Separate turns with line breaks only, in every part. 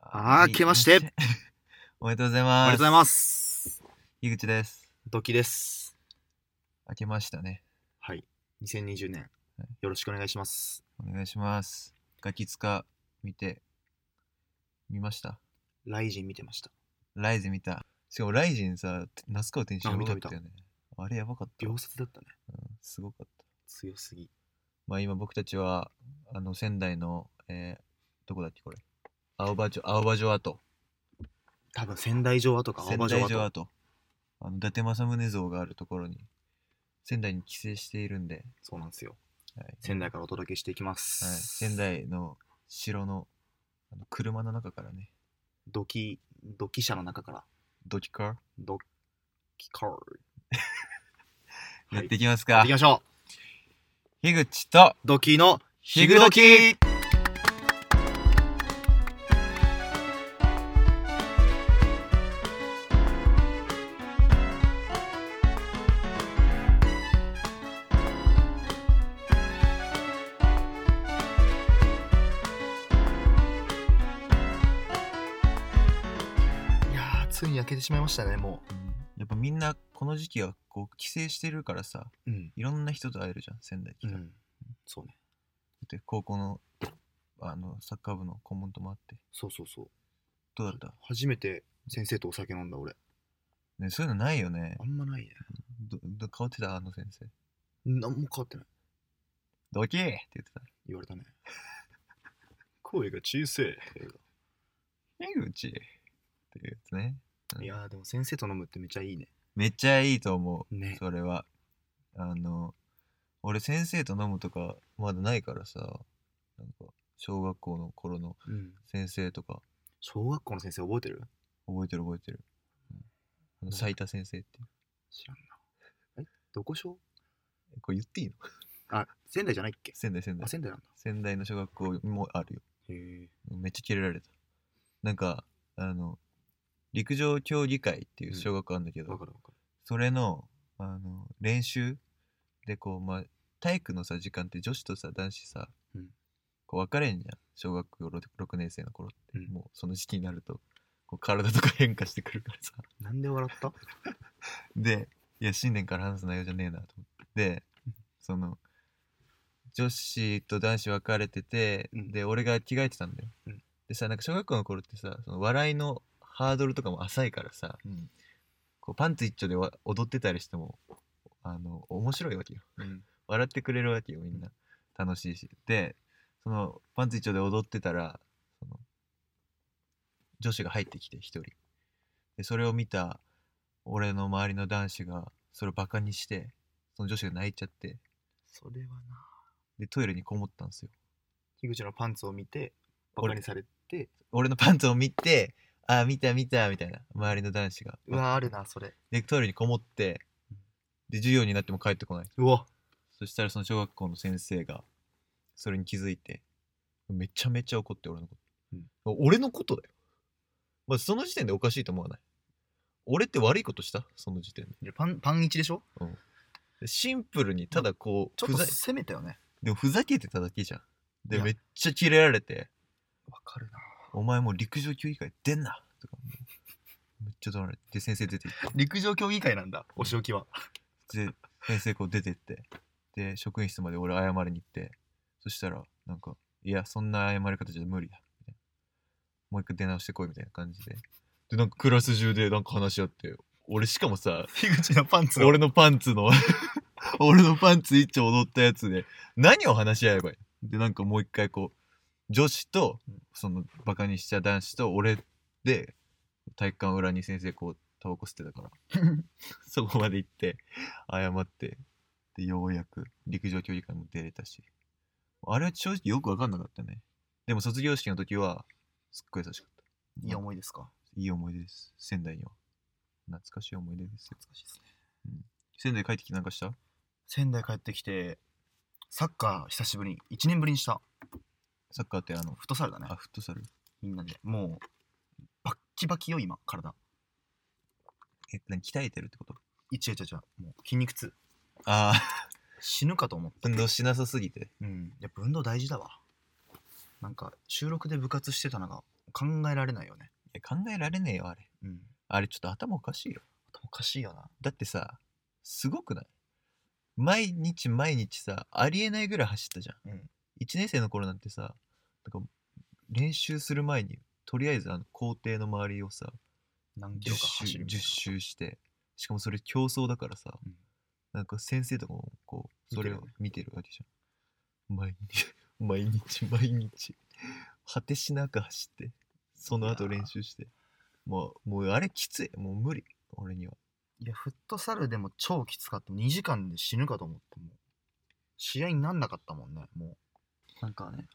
あー
い
明けまして。
おめでとうござい
あ
ます。
りがとうございます。
井口です。
ドキです。
明けましたね。
はい。2020年、よろしくお願いします。
お願いします。ガキツカ見て、見ました
ライジン見てました。
ライズ見た。しかもライジンさ、那須川天心
あ
や
見
ば
た
かったよね。あれやばかった。う
秒
ん
殺だったね。
すごかった。
強すぎ。
まあ今僕たちは、あの仙台の、えー、どこだっけこれ。青葉城、青葉城跡。
多分仙台城跡か青
仙
葉
台
城
城
跡。
跡。あの、伊達政宗像があるところに、仙台に帰省しているんで、
そうなんですよ。
はい、
仙台からお届けしていきま
はい、
す。
仙。台の城のあの車の中からね、
ドキ、ドキ社の中から、
ドキカ
ドキカー
ーやってい
き
きます
や
か
っていき。ましょ
樋口と
う。ドキの
ひ
ひ
ぐ
ぐ
ど
ど
き
きいやーついに焼けてしまいましたねも
やっぱみんなこの時期はこう帰省してるからさ、
ううん
いろんな人と会えるじゃん、仙台来
う
たら。
んそうね
で、高校のあのサッカー部の顧問ともあって、
そうそうそう
どうだった、
初めて先生とお酒飲んだ俺
ね、そういうのないよね
あ。んまないね
どど変わってたあの先生。
何も変わってない
ドキーって言ってた。
言われたね 声が小さい
樋口っていうやつね。うん
いやーでも先生と飲むってめっちゃいいね
めっちゃいいと思う。
ね
それはあの俺先生と飲むとかまだないからさなんか小学校の頃の
うん
先生とか
小学校の先生覚えてる
覚えてる覚えてる、うんあの、斉田先生っていう
知らんなえどこ小
えこれ言っていいの
あ仙台じゃないっけ
仙台仙台
あ仙台なんだ
仙台の小学校もあるよ
へえ
めっちゃキレられたなんかあの陸上競技会っていう小学校あるんだけど、
わかるわか
それのあの練習でこう、まあ、体育のさ時間って女子とさ男子さ、
うん
こう分かれんじゃん小学校 6, 6年生の頃って、
うん
もうその時期になるとこう体とか変化してくるからさ
るなんで笑った
でいや新年から話す内容じゃねえなと思ってでその女子と男子分かれてて、
うん
で俺が着替えてたんだよ、
うん
でさなんか小学校の頃ってさその笑いのハードルとかも浅いからさ、
うん
こうパンツ一丁でわ踊ってたりしてもあの面白いわけよ笑ってくれるわけよみんな楽しいしでそのパンツ一丁で踊ってたらその女子が入ってきて一人でそれを見た俺の周りの男子がそれをバカにしてその女子が泣いちゃって
それはな
でトイレにこもったんですよ
樋口のパンツを見てバカにされて
俺のパンツを見てああ見た見たみたいな周りの男子が
うわあるなそれ
でトイレにこもってで授業になっても帰ってこないう
わ
そしたらその小学校の先生がそれに気づいてめちゃめちゃ怒って俺のこと、俺のことだよ、まあ、その時点でおかしいと思わない俺って悪いことしたその時点で
いやパンパン一でしょ
でシンプルにただこう
ちょっ
ふ
と
ざ
攻めたよね
でもふざけてただけじゃんで
いや
めっちゃキレられて
わかるな
「お前もう陸上競技会出んな!」とかもうめっちゃ怒られてで先生出て行っ
陸上競技会なんだお仕置きは
てで先生こう出てってで職員室まで俺謝りに行ってそしたらなんか「いやそんな謝り方じゃ無理だ」みたいなもう一回出直してこいみたいな感じででなんかクラス中でなんか話し合って俺しかもさ
樋口のパンツを
俺のパンツの 俺のパンツ一丁踊ったやつで何を話し合えばいいでなんかもう一回こう女子とそのバカにした男子と俺で体育館裏に先生こうタバコ吸ってたからそこまで行って謝ってでようやく陸上競技会も出れたしあれは正直よく分かんなかったねでも卒業式の時はすっごい優しかった
いい思いですか
いい思い出です仙台には懐かしい思い出ですよ
懐かしいですね
仙台帰ってきてなんかした
仙台帰ってきてサッカー久しぶりに1年ぶりにした
サッカーってあの、
フットサルだね
あ、フットサル
みんなでもうバッキバキよ今体
え、何鍛えてるってこと
いちゃいちゃいちゃもう筋肉痛
ああ、
死ぬかと思った
運動しなさすぎて。
うんやっぱ運動大事だわなんか収録で部活してたのが考えられないよね。
や考えられねえよあれ
うん。
あれちょっと頭おかしいよ
おかしいよな。
だってさすごくない毎日毎日さありえないぐらい走ったじゃん、
うん
1年生の頃なんてさなんか練習する前にとりあえずあの校庭の周りをさ
何キ
10
ロか走
周
るみた
,10
いな。
周してしかもそれ競争だからさ、
うん
なんか先生とかもこうそれを見てるわけじゃん、毎日 毎日毎日果てしなく走ってその後
いやー
練習してもうもうあれきついもう無理俺にはい
や、フットサルでも超きつかった。2時間で死ぬかと思って、もう。試合になんなかったもんね、もう。なんかね、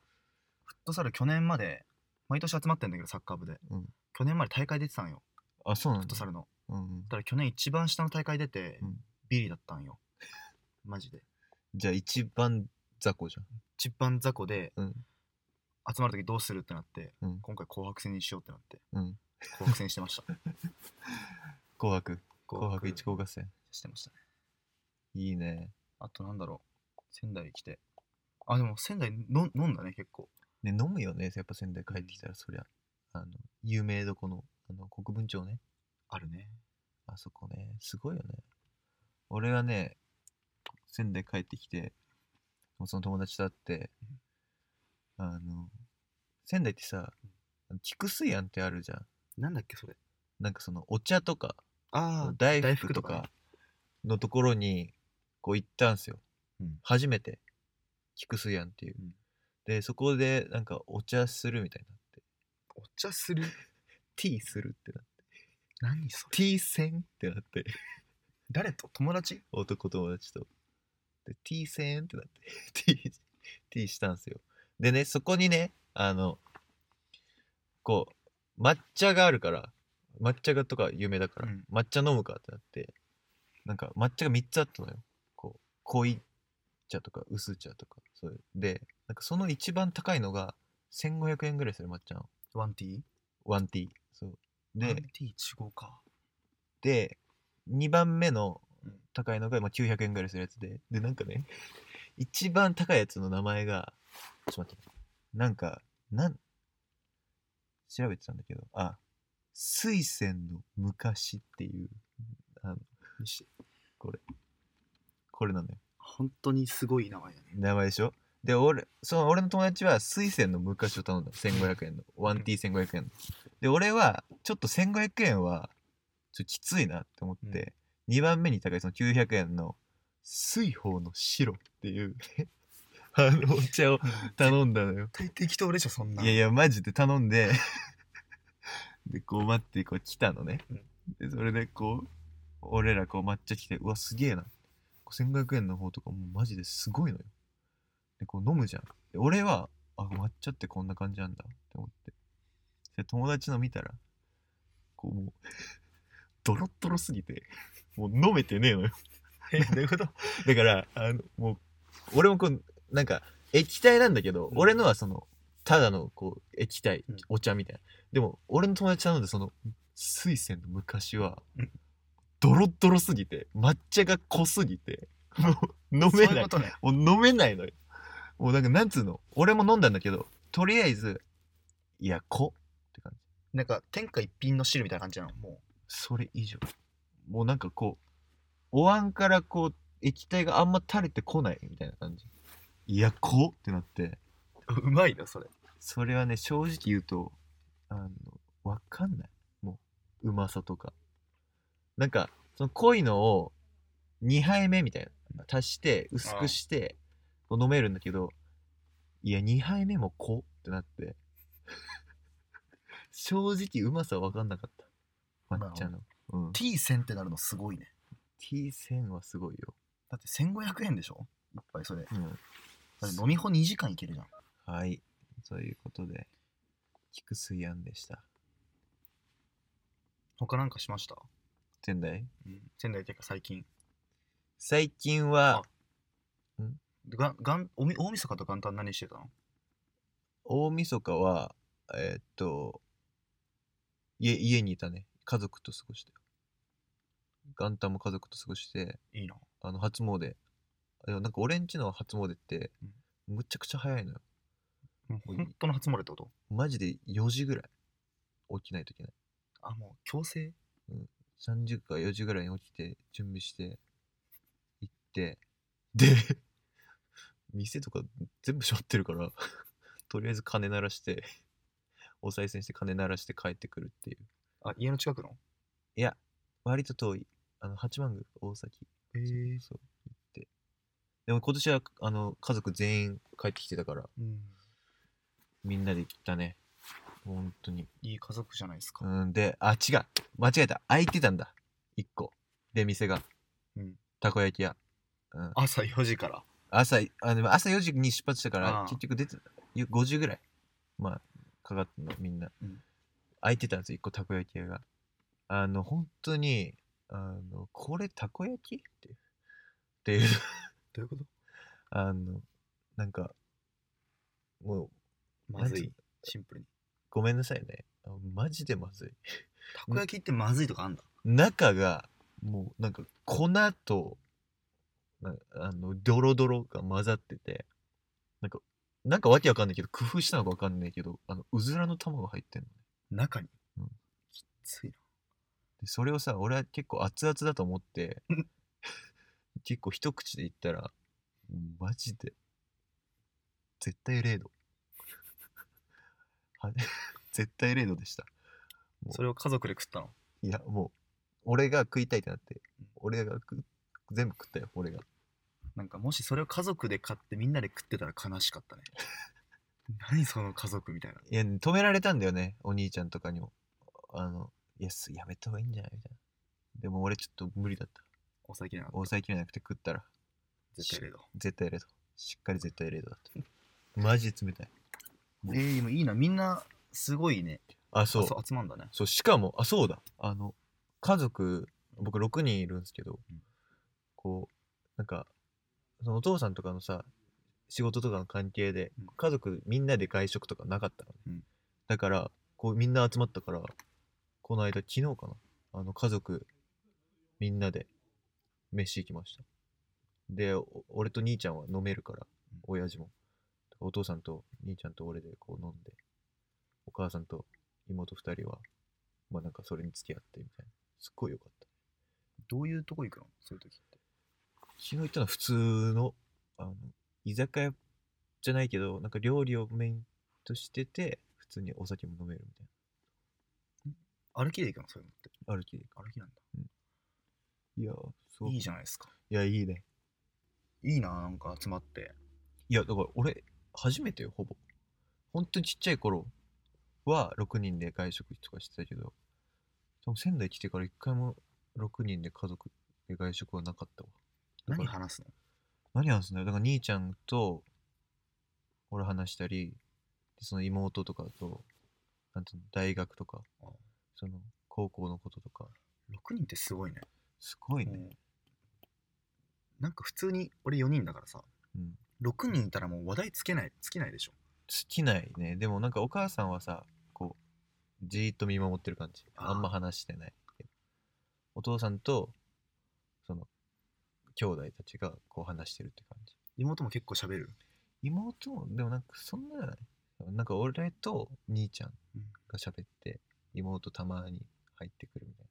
フットサル去年まで、毎年集まってんだけど、サッカー部で。
うん
去年まで大会出てたんよ、
あそうなん
フット
だ
サルの。
うんうん
だから去年一番下の大会出て、
うん
ビリだったんよ。マジで。
じゃあ一番雑魚じ
一番雑魚で、
ゃん。うん。
集まるときどうするってなって、
うん
今回紅白戦にしようってなって、
うん
紅白戦してました。
紅白。 紅白一高合戦。
してましたね。
いいね。
あとなんだろう。仙台来て。あ、でも仙台の飲んだね、結構。
ね、飲むよね。やっぱ仙台帰ってきたら、そりゃ。あの、有名どこの、あの、国分町ね。
あるね。
あそこね。すごいよね。俺はね、仙台帰ってきて、その友達と会って、あの、仙台ってさ、菊水庵ってあるじゃん。
なんだっけ、それ。
なんかその、お茶とか、
ああ、
大
大
福
福
と
とか
かのところにこう行ったんすよ、
うん
初めて菊水庵っていう、
うん
でそこでなんかお茶するみたいになって
お茶する。
ティーするってなって
何それ。
ティーせんってなって
誰と友達
男友達とでティーせんってなって ティーティーしたんすよでねそこにねあのこう抹茶があるから抹茶がとか有名だから、
うん
抹茶飲むかってなってなんか抹茶が3つあったのよこう濃い茶とか薄茶とかそれでなんかその一番高いのが1500円ぐらいする抹茶の
ワンティー
ワンティーそう
ワ
で
ンティー一号か。
で2番目の
うん
高いのがまあ900円ぐらいするやつででなんかね一番高いやつの名前がちょっと待ってなんかなん調べてたんだけどあ水仙の昔っていう
にして
これなんだよ
本当にすごい名前だね。
名前でしょで俺その俺の友達は水仙の昔を頼んだの1500円の 1T1500 円ので俺はちょっと1500円はちょっときついなって思って、2番目に高いその900円の水泡の白っていう あのお茶を頼んだのよ
大適当でしょ、そんな。
いやいやマジで頼ん ででこう待ってこう来たのね、
うん
でそれでこう俺らこう抹茶来てうわすげえな1500円の方とかもうマジですごいのよでこう飲むじゃんで俺はあ抹茶ってこんな感じなんだって思ってで友達の見たらこうもう ドロッドロすぎてもう飲めてねえのよ
どういうこと
だからあのもう俺もこうなんか液体なんだけど、
うん
俺のはそのただのこう液体、
うん
お茶みたいなでも俺の友達なのでその水仙の昔は、
うん
ドロッドロすぎて抹茶が濃すぎてもう飲
そう
め
い
な
う
い
ことね。
もう飲めないのよもうなんかなんつうの俺も飲んだんだけどとりあえずいや濃って感じ
なんか、天下一品の汁みたいな感じなの。も
それ以上もうなんかこうお椀からこう液体があんま垂れてこないみたいな感じいやこってなって
う。うまいな、それ。
それはね正直言うとあのわかんないもううまさとかなんかその濃いのを2杯目みたいな足して薄くしてこう飲めるんだけどいや2杯目も濃ってなって 正直うまさわかんなかった抹茶の、うん、
T 線ってなるのすごいね。
T 線はすごいよ。
だって1500円でしょいっぱいそれ。だ
うん。
って飲み放2時間いけるじゃん。
はい。ということで、菊水庵でした。
他なんかしました
仙台
仙台っていうか最近。
最近は、
がんがんおみ大晦日と元旦何してたの
大晦日は、えーっと、家、家にいたね。家族と過ごして。元旦も家族と過ごして、
いいな。
あの、初詣。あでもなんか俺んちの初詣って、むちゃくちゃ早いのよ。
もう本当の初詣ってこと
マジで4時ぐらい。起きないといけない。
あ、もう強制
3時か4時ぐらいに起きて、準備して、行って、で、 店とか全部しまってるから、 とりあえず金鳴らして、お賽銭して金鳴らして帰ってくるっていう。
あ、家の近くの
いや、割と遠い。あの、八幡宮、大崎。
ええ
そう、行って。でも今年は、あの、家族全員帰ってきてたから、
うん。
みんなで行ったね。本当に。
いい家族じゃないですか。
うん、で、あ、違う。間違えた。空いてたんだ。一個。で、店が。
うん
たこ焼き屋。うん。
朝4時から。
朝、あでも朝4時に出発したか
あ
ら
あ、
結局出て、ゆ5時ぐらい。まあ、かかったの、みんな。
うん
空いてたんですよ、一個たこ焼き屋が。あの、本当に、あの、これたこ焼きって。っていう、
どういうこと
あの、なんか、もう、
まず
なん
い
つう。
シンプルに。
ごめんなさいね。あマジでまずい。
たこ焼きってまずいとかあんだ。
中がもうなんか粉となあのドロドロが混ざっててなんかなんかわけわかんないけど工夫したのかわかんないけどあのうずらの卵が入ってんのね
中に
うん。
きついな。
でそれをさ俺は結構熱々だと思って
うん
結構一口でいったらマジで絶対0度 は絶対0度でしたもう
それを家族で食ったの。
いや、もう、俺が食いたいってなって、俺が食う全部食ったよ、俺が。
なんかもしそれを家族で買ってみんなで食ってたら悲しか ったね。何その家族みたいな。
いや、止められたんだよね、お兄ちゃんとかにも。あの、いや、すやめた方がいいんじゃないみたいな。でも俺ちょっと無理だった。
お酒なの。
抑えきれなくて食ったら、
絶対レード。
絶対0度。しっかり絶対0度だった。マジで冷たい。
えー、でもいいな。みんな、すごいね。
あ、そう。
集まんだね。
そう、しかも、あ、そうだ。あの、家族、僕6人いるんですけど、
うん
こう、なんか、そのお父さんとかのさ、仕事とかの関係で
うん、
家族みんなで外食とかなかったのね。
うん
だから、こうみんな集まったから、この間、昨日かな、あの、家族、みんなで、飯行きました。で、お俺と兄ちゃんは飲めるから
うん、
親父も。お父さんと兄ちゃんと俺でこう飲んで、お母さんと妹二人は、まあなんかそれに付き合ってみたいな。すっごい良かった。
どういうとこ行くのそういう時って。
昨日行ったのは普通の、あの、居酒屋じゃないけど、なんか料理をメインとしてて、普通にお酒も飲めるみたい
歩きで行くのそういうのって。
な。歩きで行
歩きなんだ。
く。いやー、そう。
いい
い
じゃないですか。
や、いいね。
いいな、なんか集まって。
いや、だから俺、初めてよ、ほぼ。本当にちっちゃい頃は6人で外食とかしてたけど、多分仙台来てから一回も6人で家族で外食はなかったわ。だか
何
ら
話すの
何話すんだよだから兄ちゃんと俺話したりでその妹とかとなんていうの大学とか
あ
その高校のこととか
?6 人ってすごいね。
すごいね、
もうなんか普通に、俺4人だからさ、
うん、
6人いたらもう話題つけない、つけないでしょ。
尽きないねでもなんかお母さんはさこうじーっと見守ってる感じ
あー
あんま話してないお父さんとその兄弟たちがこう話してるって感じ
妹も結構喋る。
妹もでもなんかそんなじゃないなんか俺と兄ちゃんが喋って妹たまに入ってくるみたい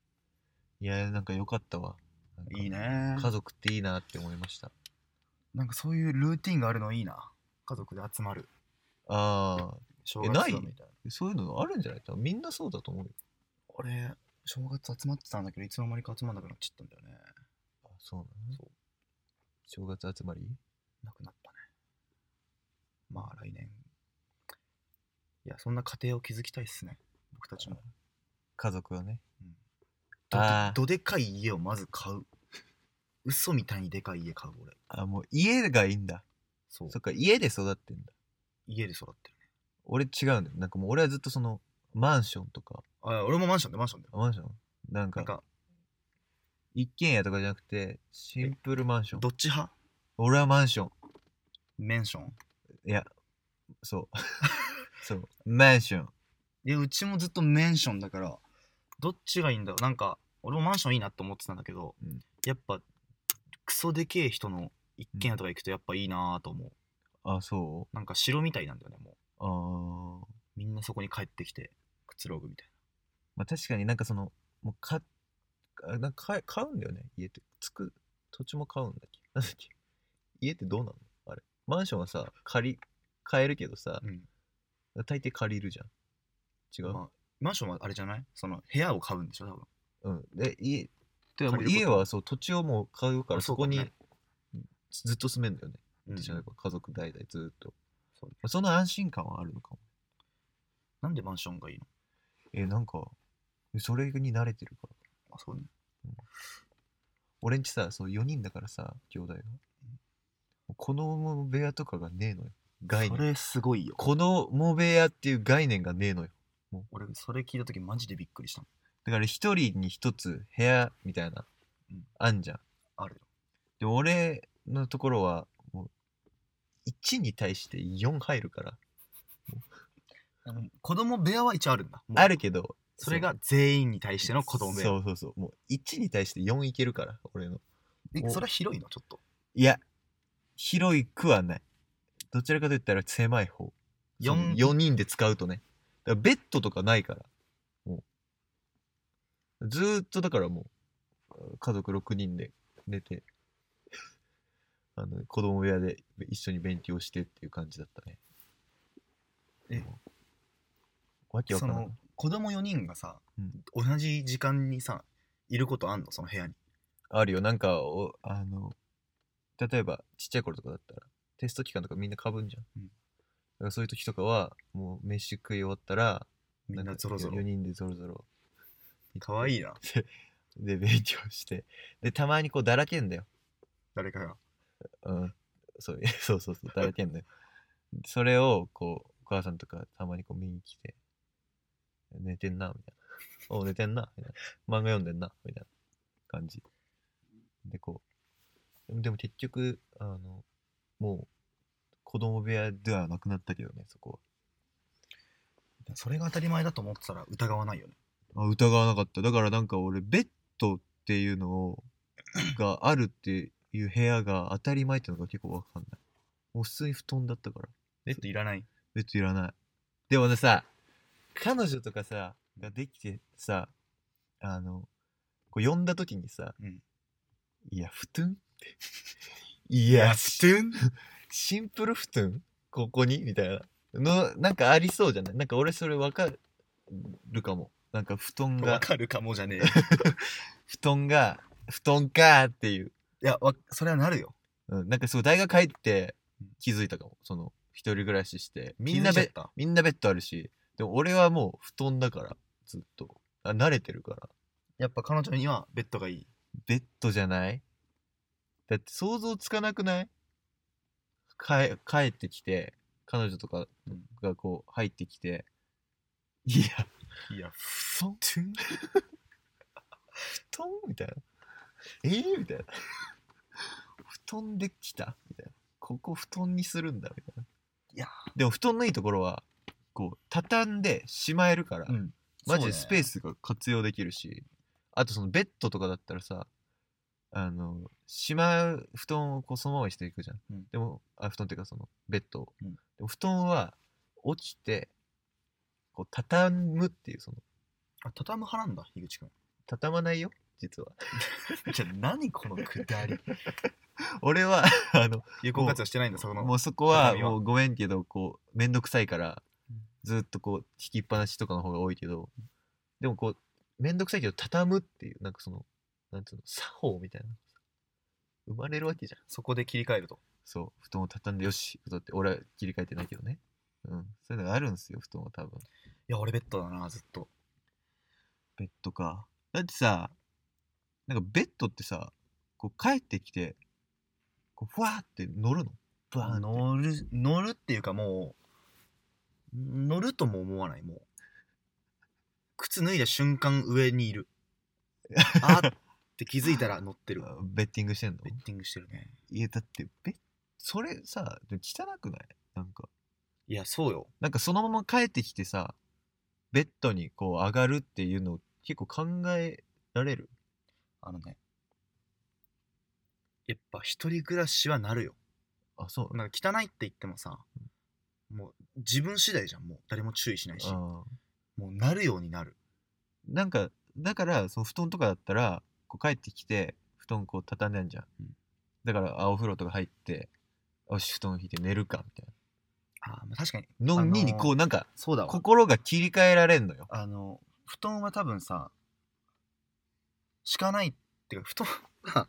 ないやなんか良かったわなんか
いいね。
家族っていいなって思いました
なんかそういうルーティンがあるのいいな。家族で集まる。
ああ
正
え
月
ない
だみたいな。
そういうのあるんじゃない多分みんなそうだと思うよ
俺、正月集まってたんだけど、いつの間にか集まんなくなっちゃったんだよね。
あそうなの
そう
正月集まり
なくなったね。まあ来年。いや、そんな家庭を築きたいっすね。僕たちも。
家族はね
どで
あー
どでかい家をまず買う。嘘みたいにでかい家買う俺。
あもう家がいいんだ
そう
そっ。か家で育ってんだ
家で育ってるね。
俺違うんだよなんかもう俺はずっとそのマンションとか
あ、俺もマンションでマンションで。
あマンションなん
なん
か
か、
一軒家とかじゃなくてシンプルマンション
どっち派
俺はマンション
メンション
いや、そう。 そう。マンション。
いや、うちもずっとメンションだから、どっちがいいんだろう。なんか、俺もマンションいいなって思ってたんだけど、
うん
やっぱ、クソでけえ人の一軒家とか行くとやっぱいいなぁと思う。
あ、そ
なんか城みたいなんだよね、もう。
うあー
みんなそこに帰ってきて、くつろぐみたい
まあ確かになんかその、もうか、あなんか買え買うんだよね、家って。つく、土地も買うんだっけなんだっけ家ってどうなのあれ。マンションはさ、借り、買えるけどさ、
うん
大抵借りるじゃん。違う、
まあマンションはあれじゃないその部屋を買うんでしょ多分
うん。で、家、てかもう
借り
家
ること
はそう、土地をもう買うから、
あそ
そうこ
かもね
にずずっと住めんだよね。
うん
私はやっぱ家族代々ずっと。
そうね
まあその安心感はあるのかも。
なんでマンションがいいの
え、なんか、それに慣れてるから。
あそうね
俺んちさそう4人だからさ兄弟が子供部屋とかがねえのよ概
そ
念
れすごいよ
子供部屋っていう概念がねえのよ
俺それ聞いた時マジでびっくりしたの
だから一人に一つ部屋みたいな、
うん
あんじゃん
あるよ
で俺のところはもう1に対して4入るから
あの子供部屋は一応あるんだもう
あるけど
それが全員に対しての子供部
そ
屋
うそうそうもう1に対して4いけるから俺の
え
お
それは広いのちょっと
いや広くはないどちらかといったら狭い方その
四
4人で使うとね。だからベッドとかないから。もう。ずーっとだからもう、家族6人で寝て、あの、子供部屋で一緒に勉強してっていう感じだったね。
え
もうわけわか
そ
んない
の。子供4人がさ、
うん
同じ時間にさいることあんのその部屋に
あるよ。なんかお、あの、例えばちっちゃい頃とかだったら、テスト期間とかみんなかぶんじゃん。
うん
だからそういう時とかは、もう飯食い終わったら、
みんなゾロゾロ
4人でゾロゾロ。
かわいいな
で勉強してでたまにこうだらけんだよ、
誰かが
うん、そう そうそうそうだらけんだよそれをこうお母さんとかたまにこう見に来て「寝てんな」みたいな「お寝てんな」みたいな「漫画読んでんな」みたいな感じでこうでも結局あのもう子供部屋ではなくなったけどねそこ
それが当たり前だと思ってたら疑わないよね
はあ疑わなかっただからなんか俺ベッドっていうのをがあるっていう部屋が当たり前っていうのが結構わかんないもう普通に布団だったから
ベッドいらない
ベッドいらないでもねさ彼女とかさができてさあのこう呼んだ時にさ「
うん
いや布団?」って 「いや
布団
シンプル布団ここに?」みたいなのなんかありそうじゃないなんか俺それわかるかもなんか布団
わ
が
かるかもじ ゃねえよ
布団が布団かーっていう、
いやわそれはなるよ
うん、なんかそう大学入って
うん
気づいたかもその一人暮らしして
み
み
ん
んな
なベ
ベ
ッド
みんなベッドあるしでも俺はもう布団だからずっとあ慣れてるから
やっぱ彼女にはベッドがいい
ベッドじゃないだって想像つかなくないかえ帰ってきて彼女とかがこう入ってきて、いや
いや
布団布団みたいな。えー、みたいな。布団できたみたいな。ここ布団にするんだみたいな。
いや
でも布団のいいところは、こう、畳んでしまえるから、
ん
マジでスペー
ス
スが活用できるし、あとそのベッドとかだったらさ、あの、しまう布団をこうそのままにしていくじゃん。
うん
でも、あ、布団っていうかそのベッドを。
うん
でも布団は起きて、こう畳むっていうその、
あ畳む派なんだ樋口君
畳まないよ実は
じゃあ何このくだ り
俺はあの
有効活用してないんだそこの
もうそこは
畳は
もうごめんけどこうめんどくさいから
うん
ずっとこう引きっぱなしとかの方が多いけどでもこうめんどくさいけど畳むっていうなんかそのなんつうの作法みたいな生まれるわけじゃん
そこで切り替えると
そう布団を畳んでよし布団って俺は切り替えてないけどねうんそういうのがあるんですよ布団は多分
いや俺ベッドだなずっと
ベッドかだってさなんかベッドってさこう帰ってきてこうふわーって乗るのブワーンって
乗る乗るっていうかもう乗るとも思わないもう靴脱いだ瞬間上にいる あーって気づいたら乗ってる
あベッティングしてんの
ベッティングしてるね
いやだってベッそれさでも汚くないなんか
いやそうよ
なんかそのまま帰ってきてさベッドにこう上がるっていうの結構考えられる
あのねやっぱ一人暮らしはなるよ
あそう
なんか汚いって言ってもさもう自分次第じゃんもう誰も注意しないし
あ
もうなるようになる
なんかだからその布団とかだったらこう帰ってきて布団こう畳んであんじゃん、
うん
だからあお風呂とか入ってよし布団引いて寝るかみたい
あーまあ確かに
なのに、
あのー
こうなんか
そうだわ
心が切り替えられんのよ
あの布団は多分さ敷かないっていうか布団が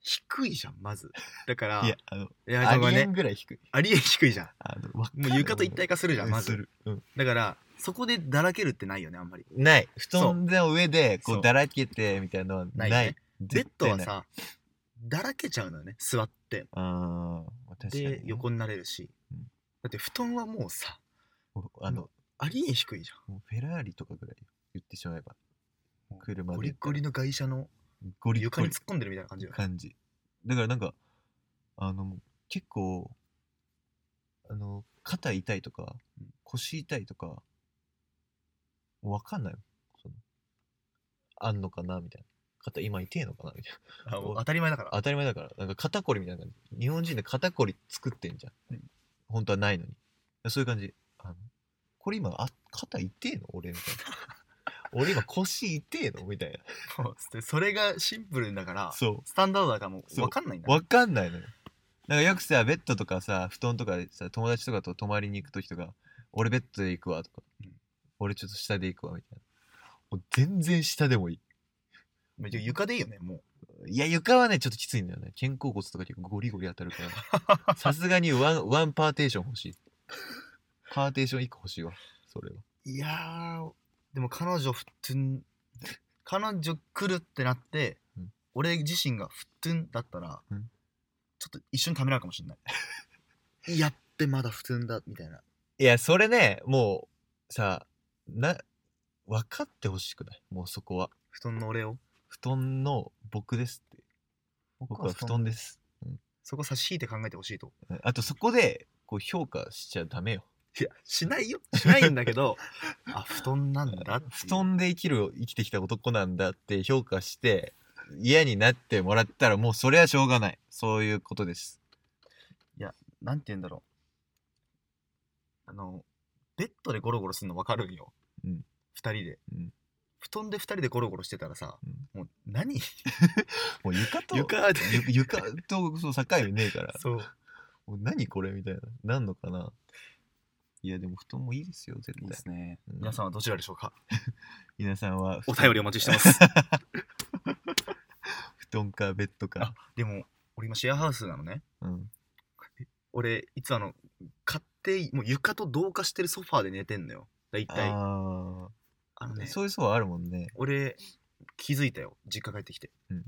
低いじゃんまずだから
いやあの
いや
あ
でも
りえ
ね
んぐらい低い
ありえん低いじゃん
あのわかる
もう床と一体化するじゃん
うん
ますず
るうん
だからそこでだらけるってないよねあんまり
ない布団の上でこ
そうう
だらけてみたいなのはな
な
いい
よねベッ
絶
ド
対
は
ない
さだらけちゃうのよね座って
あー確かにね
で横になれるし
うん
だって布団はもうさ
あの
ありえん低いじゃん
もうフェラーリとかぐらいよ言ってしまえば車で
ゴリゴリの外車の
ゴリゴ
床
リ
に突っ込んでるみたいな感じよね
感じだからなんかあの結構あの肩痛いとか腰痛いとかわかんないよそのあんのかなみたいな肩今痛いのかなみたい
あもう当たり前だから
な当たり前だからなんか肩こりみたいな感じ日本人で肩こり作ってんじゃん、本当はないのにそういう感じあのこれ今あ肩痛えの俺みたい な俺今腰痛えのみたい
もうでそれがシンプルだか
な
ら
そう
スタンダードだからもう
そう
分かんないんだね
わかんないのよ。なんかよくさ、ベッドとかさ、布団とかでさ、友達とかと泊まりに行くときとか、俺ベッドで行くわとか、
うん
俺ちょっと下で行くわみたいな。もう全然下でもいい。
まあ床でいいよねもう
いや、床はね、ちょっときついんだよね。肩甲骨とか結構ゴリゴリ当たる から。さすがにワン、ワンパーテーション欲しい。パーテーション1個欲しいわ。それは。
いやーでも彼女普通彼女来るってなって、
うん
俺自身が普通だったら、
うん
ちょっと一瞬ためらうかもしれない やっべまだ普通だみたいない
や、それね、もう、さ、な、分かってほしくないもうそこは。
布団の俺を
布団の僕ですって。僕は布団ですす。
そこ差し引いて考えてほしいと
うんあとそこでこう評価しちゃダメよ。
いやしないよしないんだけどあ布団なんだっていう
布団で生きる生きてきた男なんだって評価して嫌になってもらったらもうそれはしょうがない。そういうことです。
なんて言うんだろうあのベッドでゴロゴロするの分かるんよ、
うん
二人で、
うん
布団で二人でゴロゴロしてたらさ、もう何
もう床と
床で
ゆ 床とそう境目ねえから。
そう
もう何これみたいな。なんのかな。いやでも布団もいいですよ絶
いいで
対。
すね、
うん
皆さんはどちらでしょうか
皆さんは
お便りお待ちしてます
布団かベッドか。
でも俺今シェアハウスなのね
うん。
俺いつあの買ってもう床と同化してるソファーで寝てんのよ大体あ
あ
の
あ。
ね
そういう層はあるもんね。
俺気づいたよ実家帰ってきて、
うん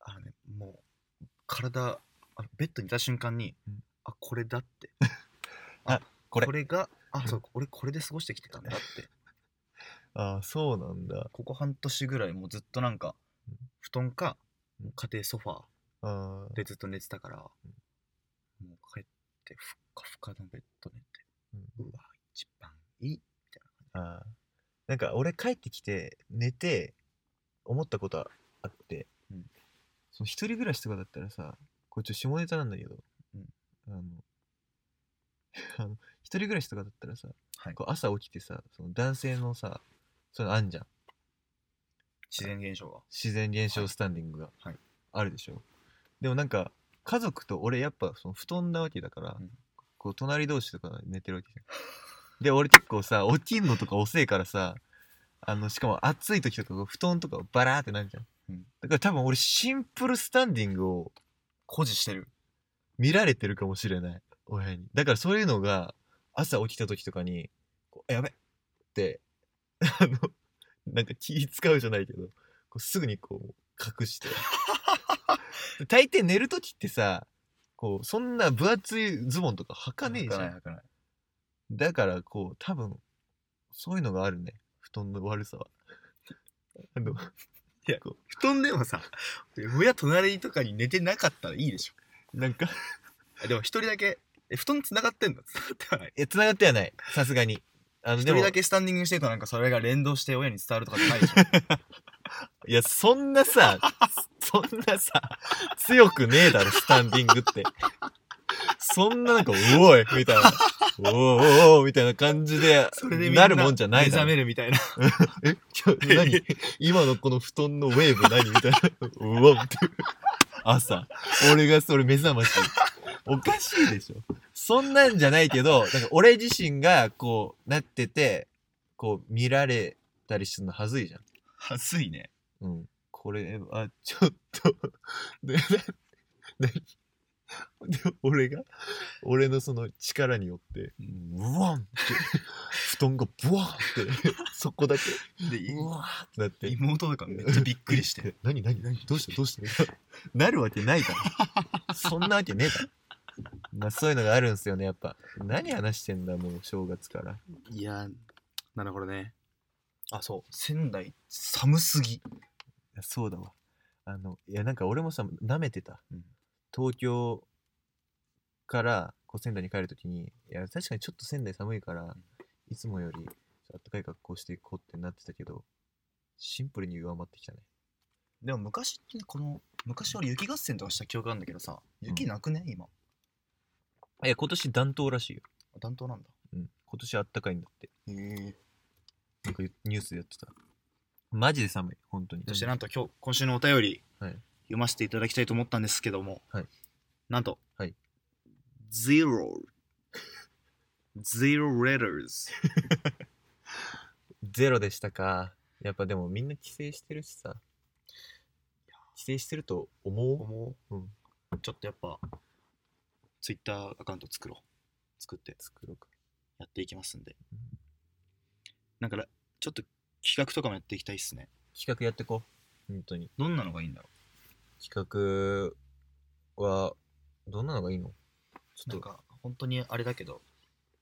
あのねもう体あのベッドにいた瞬間に、
うん
あこれだって
あこれ
これがあそう俺これで過ごしてきてたんだって
ああそうなんだ。
ここ半年ぐらいもうずっとなんか
うん
布団か
うん
家庭ソファー
ああ。
でずっと寝てたから、もう帰ってふっかふかのベッド寝て
うん
うわ一番いい
ああなんか俺帰ってきて寝て思ったことあって、
うん
その一人暮らしとかだったらさこれちょっと下ネタなんだけど、
うん
あの あの一人暮らしとかだったらさ、
はい
こう朝起きてさその男性のさそのあんじゃん
自然現象が
自然現象スタンディングが、
はい
あるでしょでもなんか家族と俺やっぱその布団なわけだから、
うん
こう隣同士とかで寝てるわけじゃんで俺結構さ起きんのとか遅えからさあのしかも暑い時とかこう布団とかバラーってなるじゃん、
うん
だから多分俺シンプルスタンディングを
誇示してる
見られてるかもしれない親にだからそういうのが朝起きた時とかにこうあやべって あのなんか気使うじゃないけどこうすぐにこう隠 してで大抵寝る時ってさこうそんな分厚いズボンとか履かねえじゃん
かない
だからこう多分そういうのがあるね布団の悪さはあの
いや
こう
布団でもさ親隣とかに寝てなかったらいいでしょ
なんか
あでも一人だけえ布団繋がってんの繋がってはない
え繋がってはないさすがにあの
一
でも
人だけスタンディングしてるとなんかそれが連動して親に伝わるとかじゃないで しょ
いや、そんなさ、そんなさ、強くねえだろ、スタンディングって。そんななんか、おいみたいな。おーおーおーみたいな感じで
それで、みん
なるもんじゃない
目覚
だろ
めるみたいな。
えちょ、何今のこの布団のウェーブ何みたいな。うわって。朝。俺がそれ目覚まし。おかしいでしょ。そんなんじゃないけど、なんか俺自身がこうなってて、こう見られたりするのはずいじゃん。
はずいね。
うん。これはちょっと で、な、な、 で、俺が、俺のその力によって、ブワンって、 布団がブワンって、 そこだけ、
で、
ブワンってなって、
妹とかめっちゃびっくりして。
え。何何何どうしたどうしたなるわけないだろ。そんなわけねえだろ。まあそういうのがあるんすよね、やっぱ。何話してんだ、もう正月から。
いやー、なるほどね。あ、そう。仙台、寒すぎ。
いやそうだわあのいやなんか俺もさなめてた、
うん
東京からこう仙台に帰るときにいや確かにちょっと仙台寒いから、いつもよりあったかい格好していこうってなってたけどシンプルに上回ってきたね
でも昔ってこの、昔俺雪合戦とかした記憶あるんだけどさ、雪なくね今。
いや今年暖冬らしいよ、
担当なんだ。
うん、今年あったかいんだって
へえ。
なんかニュースでやってたマジで寒い本当に
そしてなんと今日、今週のお便り、
はい
読ませていただきたいと思ったんですけども、
はい
なんと、
はい
ゼ ロ、ゼロ letters。
ゼロでしたかやっぱでもみんな帰省してるしさ帰省してると思
も
う、うん、
うちょっとやっぱ、ツイッターアカウント作ろう。作って
作ろうか
やっていきますんで。なんか、ちょっと企画とかもやっていきたいっすね。
企画やってこう本当に
どんなのがいいんだろ
企画はどんなのがいいのち
うな
ょ
ん
っと
か、本当にあれだけど、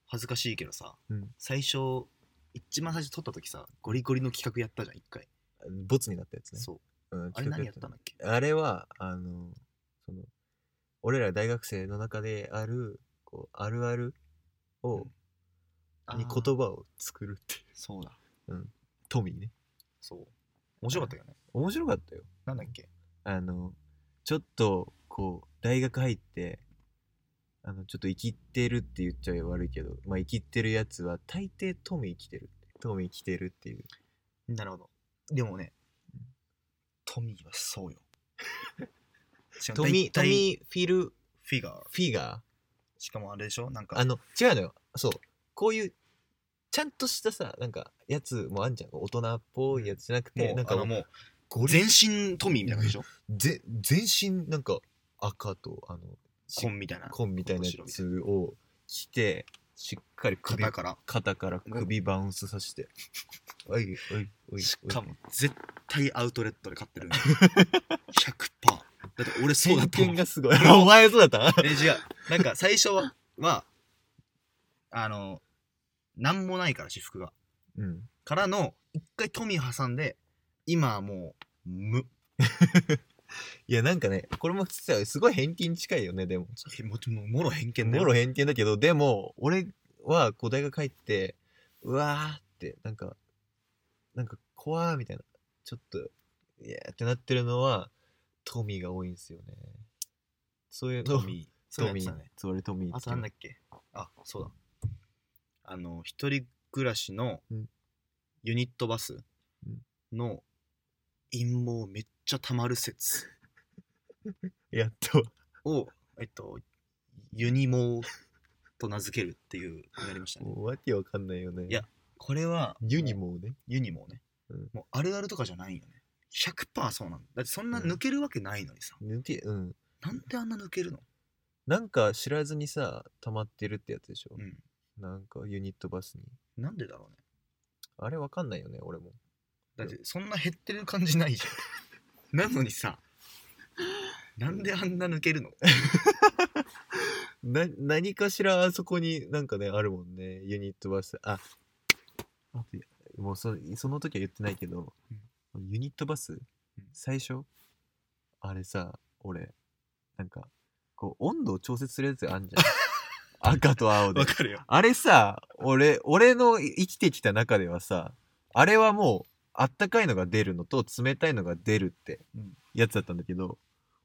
恥ずかしいけどさ、
うん
最初、一番最初撮った時さ、ゴリゴリの企画やったじゃん、一回。
ボツになったやつね
そう。
うん
あれ
企画
何やったんだっけ
あれはあのその俺ら大学生の中であるこうあるあるを、に言
葉
葉を作るっていう
そうだ
トミーね
そう面白かったよね
面白かったよ
なんだっけ
あのちょっとこう大学入ってあのちょっと生きってるって言っちゃ悪いけどまあ生きってるやつは大抵トミー生きてるトミー生きてるっていう
なるほどでもねトミーは そうよ
トミート
大体
ミーフィル
フィガー
フィガー
しかもあれでしょなんか
あの、違うのよ。そう。こういう、ちゃんとしたさ、なんか、やつもあんじゃん。大人っぽいやつじゃなくて、
もう
なん
あ
か
のも
ゴ
う
リ
全身トミーみたいな感じでしょ
ぜ全身、なんか、赤と、あの、し
紺みたいな
紺みたいなやつを着て、しっかり首
肩から
肩から首バウンスさせて、おい、おい、おい、おい
しかも絶対アウトレットで買 ってる100%だって俺そうだった
偏
もん
見がすごい。 お前そうだった
え違うなんか最初ははあのなんもないから私服が
うん。
からの一回トミー挟んで今はもうむ
いや、なんかね、これも実はすごい偏見に近いよね、でも。
えもももろ偏見だ
も
よ
ろ偏見だけどでも俺はこう大学入ってうわーってなんかなんか怖ーみたいなちょっといやーってなってるのはトミーが多いんですよねそういうの
トミーそう
ト
や
ミ
つだ
ー
ね
そう俺トミー
あとなんだっけあそうだあの一人暮らしの
うん
ユニットバスの陰謀めっちゃたまる説
やっと
を えっとユニモーと名付けるっていうのやりましたね
もうわけわかんないよね
いやこれは
ユニもね
ユニモーね、
うん
もうあるあるとかじゃないよね100%そうなんだだってそんな抜けるわけないのにさ、
抜けうん
なんであんな抜けるの
なんか知らずにさ溜まってるってやつでしょ、
うん
なんかユニットバスに
なんでだろうね
あれわかんないよね俺も
だってそんな減ってる感じないじゃん なのにさなんであんな抜けるの
な何かしらあそこになんかねあるもんねユニットバスああともうそその時は言ってないけど、ユニットバス、最初あれさ俺なんかこう温度を調節するやつあんじゃん赤と青で
かるよ
あれさ俺俺の生きてきた中ではさあれはもうあったかいのが出るのと冷たいのが出るって
うん
やつだったんだけど、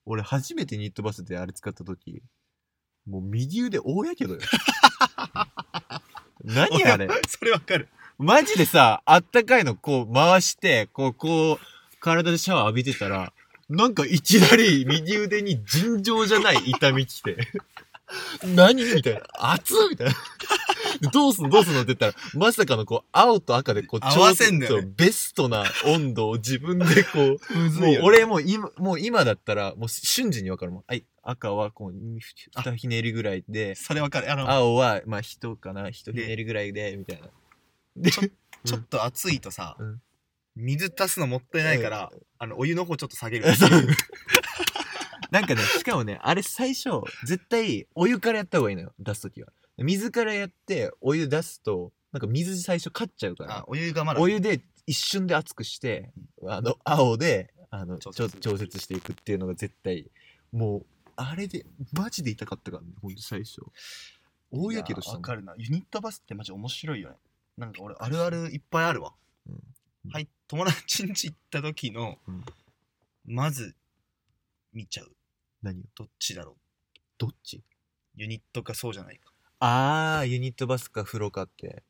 俺初めてユニットバスであれ使った時もう右腕大やけどよ。何あれ
それわかる。
マジでさ、あったかいのこう回して、こう、こう、体でシャワー浴びてたら、なんかいきなり右腕に尋常じゃない痛みきて、 何みたいな。熱っみたいな。でどうすんのどうすんのって言ったら、まさかのこう、青と赤でこう、
合わせんだよね
そうベストな温度を自分でこう、
む
もう、俺もう今、もう今だったら、もう瞬時にわかるもん。はい、赤はこう、二ひねりぐらいで、
それわかる。あの、
青は、まあ、人かな、一ひねりぐらいで、みたいな。
ちょっと暑いとさ、
うん
水足すのもったいないから、あの、お湯の方ちょっと下 げる。
そうなんかね、 しかもね、あれ最初、絶対、お湯からやった方がいいのよ、出すときは。水からやって、お湯出すと、なんか水最初勝っちゃうから
あ、、お湯がまだ。
お湯で一瞬で熱くして、あの、青で、あの、ちょ
調
調
節
節していくっていうのが絶対、もう、あれで、マジで痛かったからね、ほんと最初。大やけどし
い
たも
やわ
ん
かるな。ユニットバスってマジ面白いよね。なんか俺、あるあるいっぱいあるわ。
うん
はい、友達ん家行った時の、
うん
まず、見ちゃう。
何
どっちだろう。
どっち
ユニットかそうじゃないか。
あー、ユニットバスか風呂かって。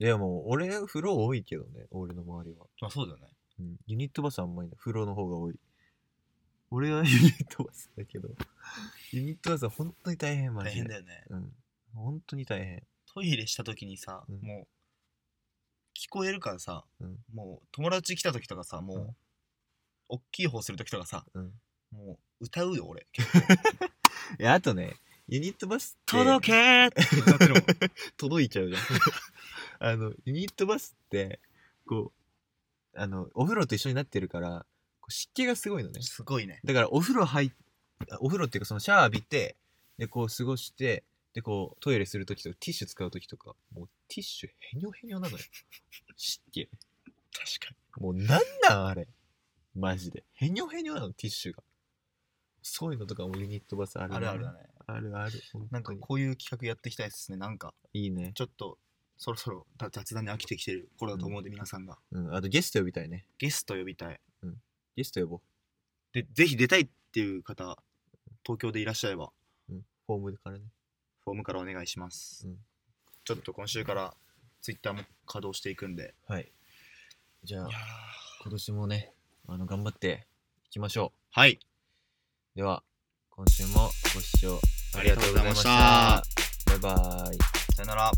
いや、もう、俺、風呂多いけどね、俺の周りは。
まあそうだよね。
うん、ユニットバスあんまりない。風呂の方が多い。俺はユニットバスだけど、ユニットバスは本当に大変、マジ
大
で。
変だよね。
うん。本当に大変。
トイレした時にさ、
うん
もう、聞こえるからさ、
うん
もう友達来た時とかさ、もう、
うん
おっきい方する時とかさ、
うん。
もう歌うよ 俺。
いや、あとね、ユニットバスって。
けーって歌ってるもん。
届いちゃうじゃん。あ の、ユニットバスって、こう、あの、お風呂と一緒になってるから、こう湿気がすごいのね。
すごいね。
だから、お風呂入っ、あお風呂っていうか、そのシャワー浴びて、で、こう過ごして、で、こう、トイレするときとか、ティッシュ使うときとか、もう、ティッシュへにょへにょなのよ。湿気。
確かに。
もう、なんなんあれ。マジで。へにょへにょなの、ティッシュが。そういうのとかもユニットバスある
あるあるだね。
あるある。本当に
なんかこういう企画やっていきたいですね。なんか、
いいね。
ちょっと、そろそろだ雑談に飽きてきてる頃だと思うんで、皆さんが。
うん。あと、ゲスト呼びたいね。
ゲスト呼びたい。
ゲスト呼ぼう。
で、ぜひ出たいっていう方、東京でいらっしゃれば、
うん、フォームからね。
フォームからお願いします。
うん
ちょっと今週から、ツイッターも稼働していくんで。
はい。じゃあ
いやー、
今年もね、あの、頑張っていきましょ
はい。
う。では、今週もご視聴あ
あ
り
り
がと
がと
う
う
ご
ご
ざ
ざ
い
い
ま
ま
し
した
た。バイバイ。
さよなら。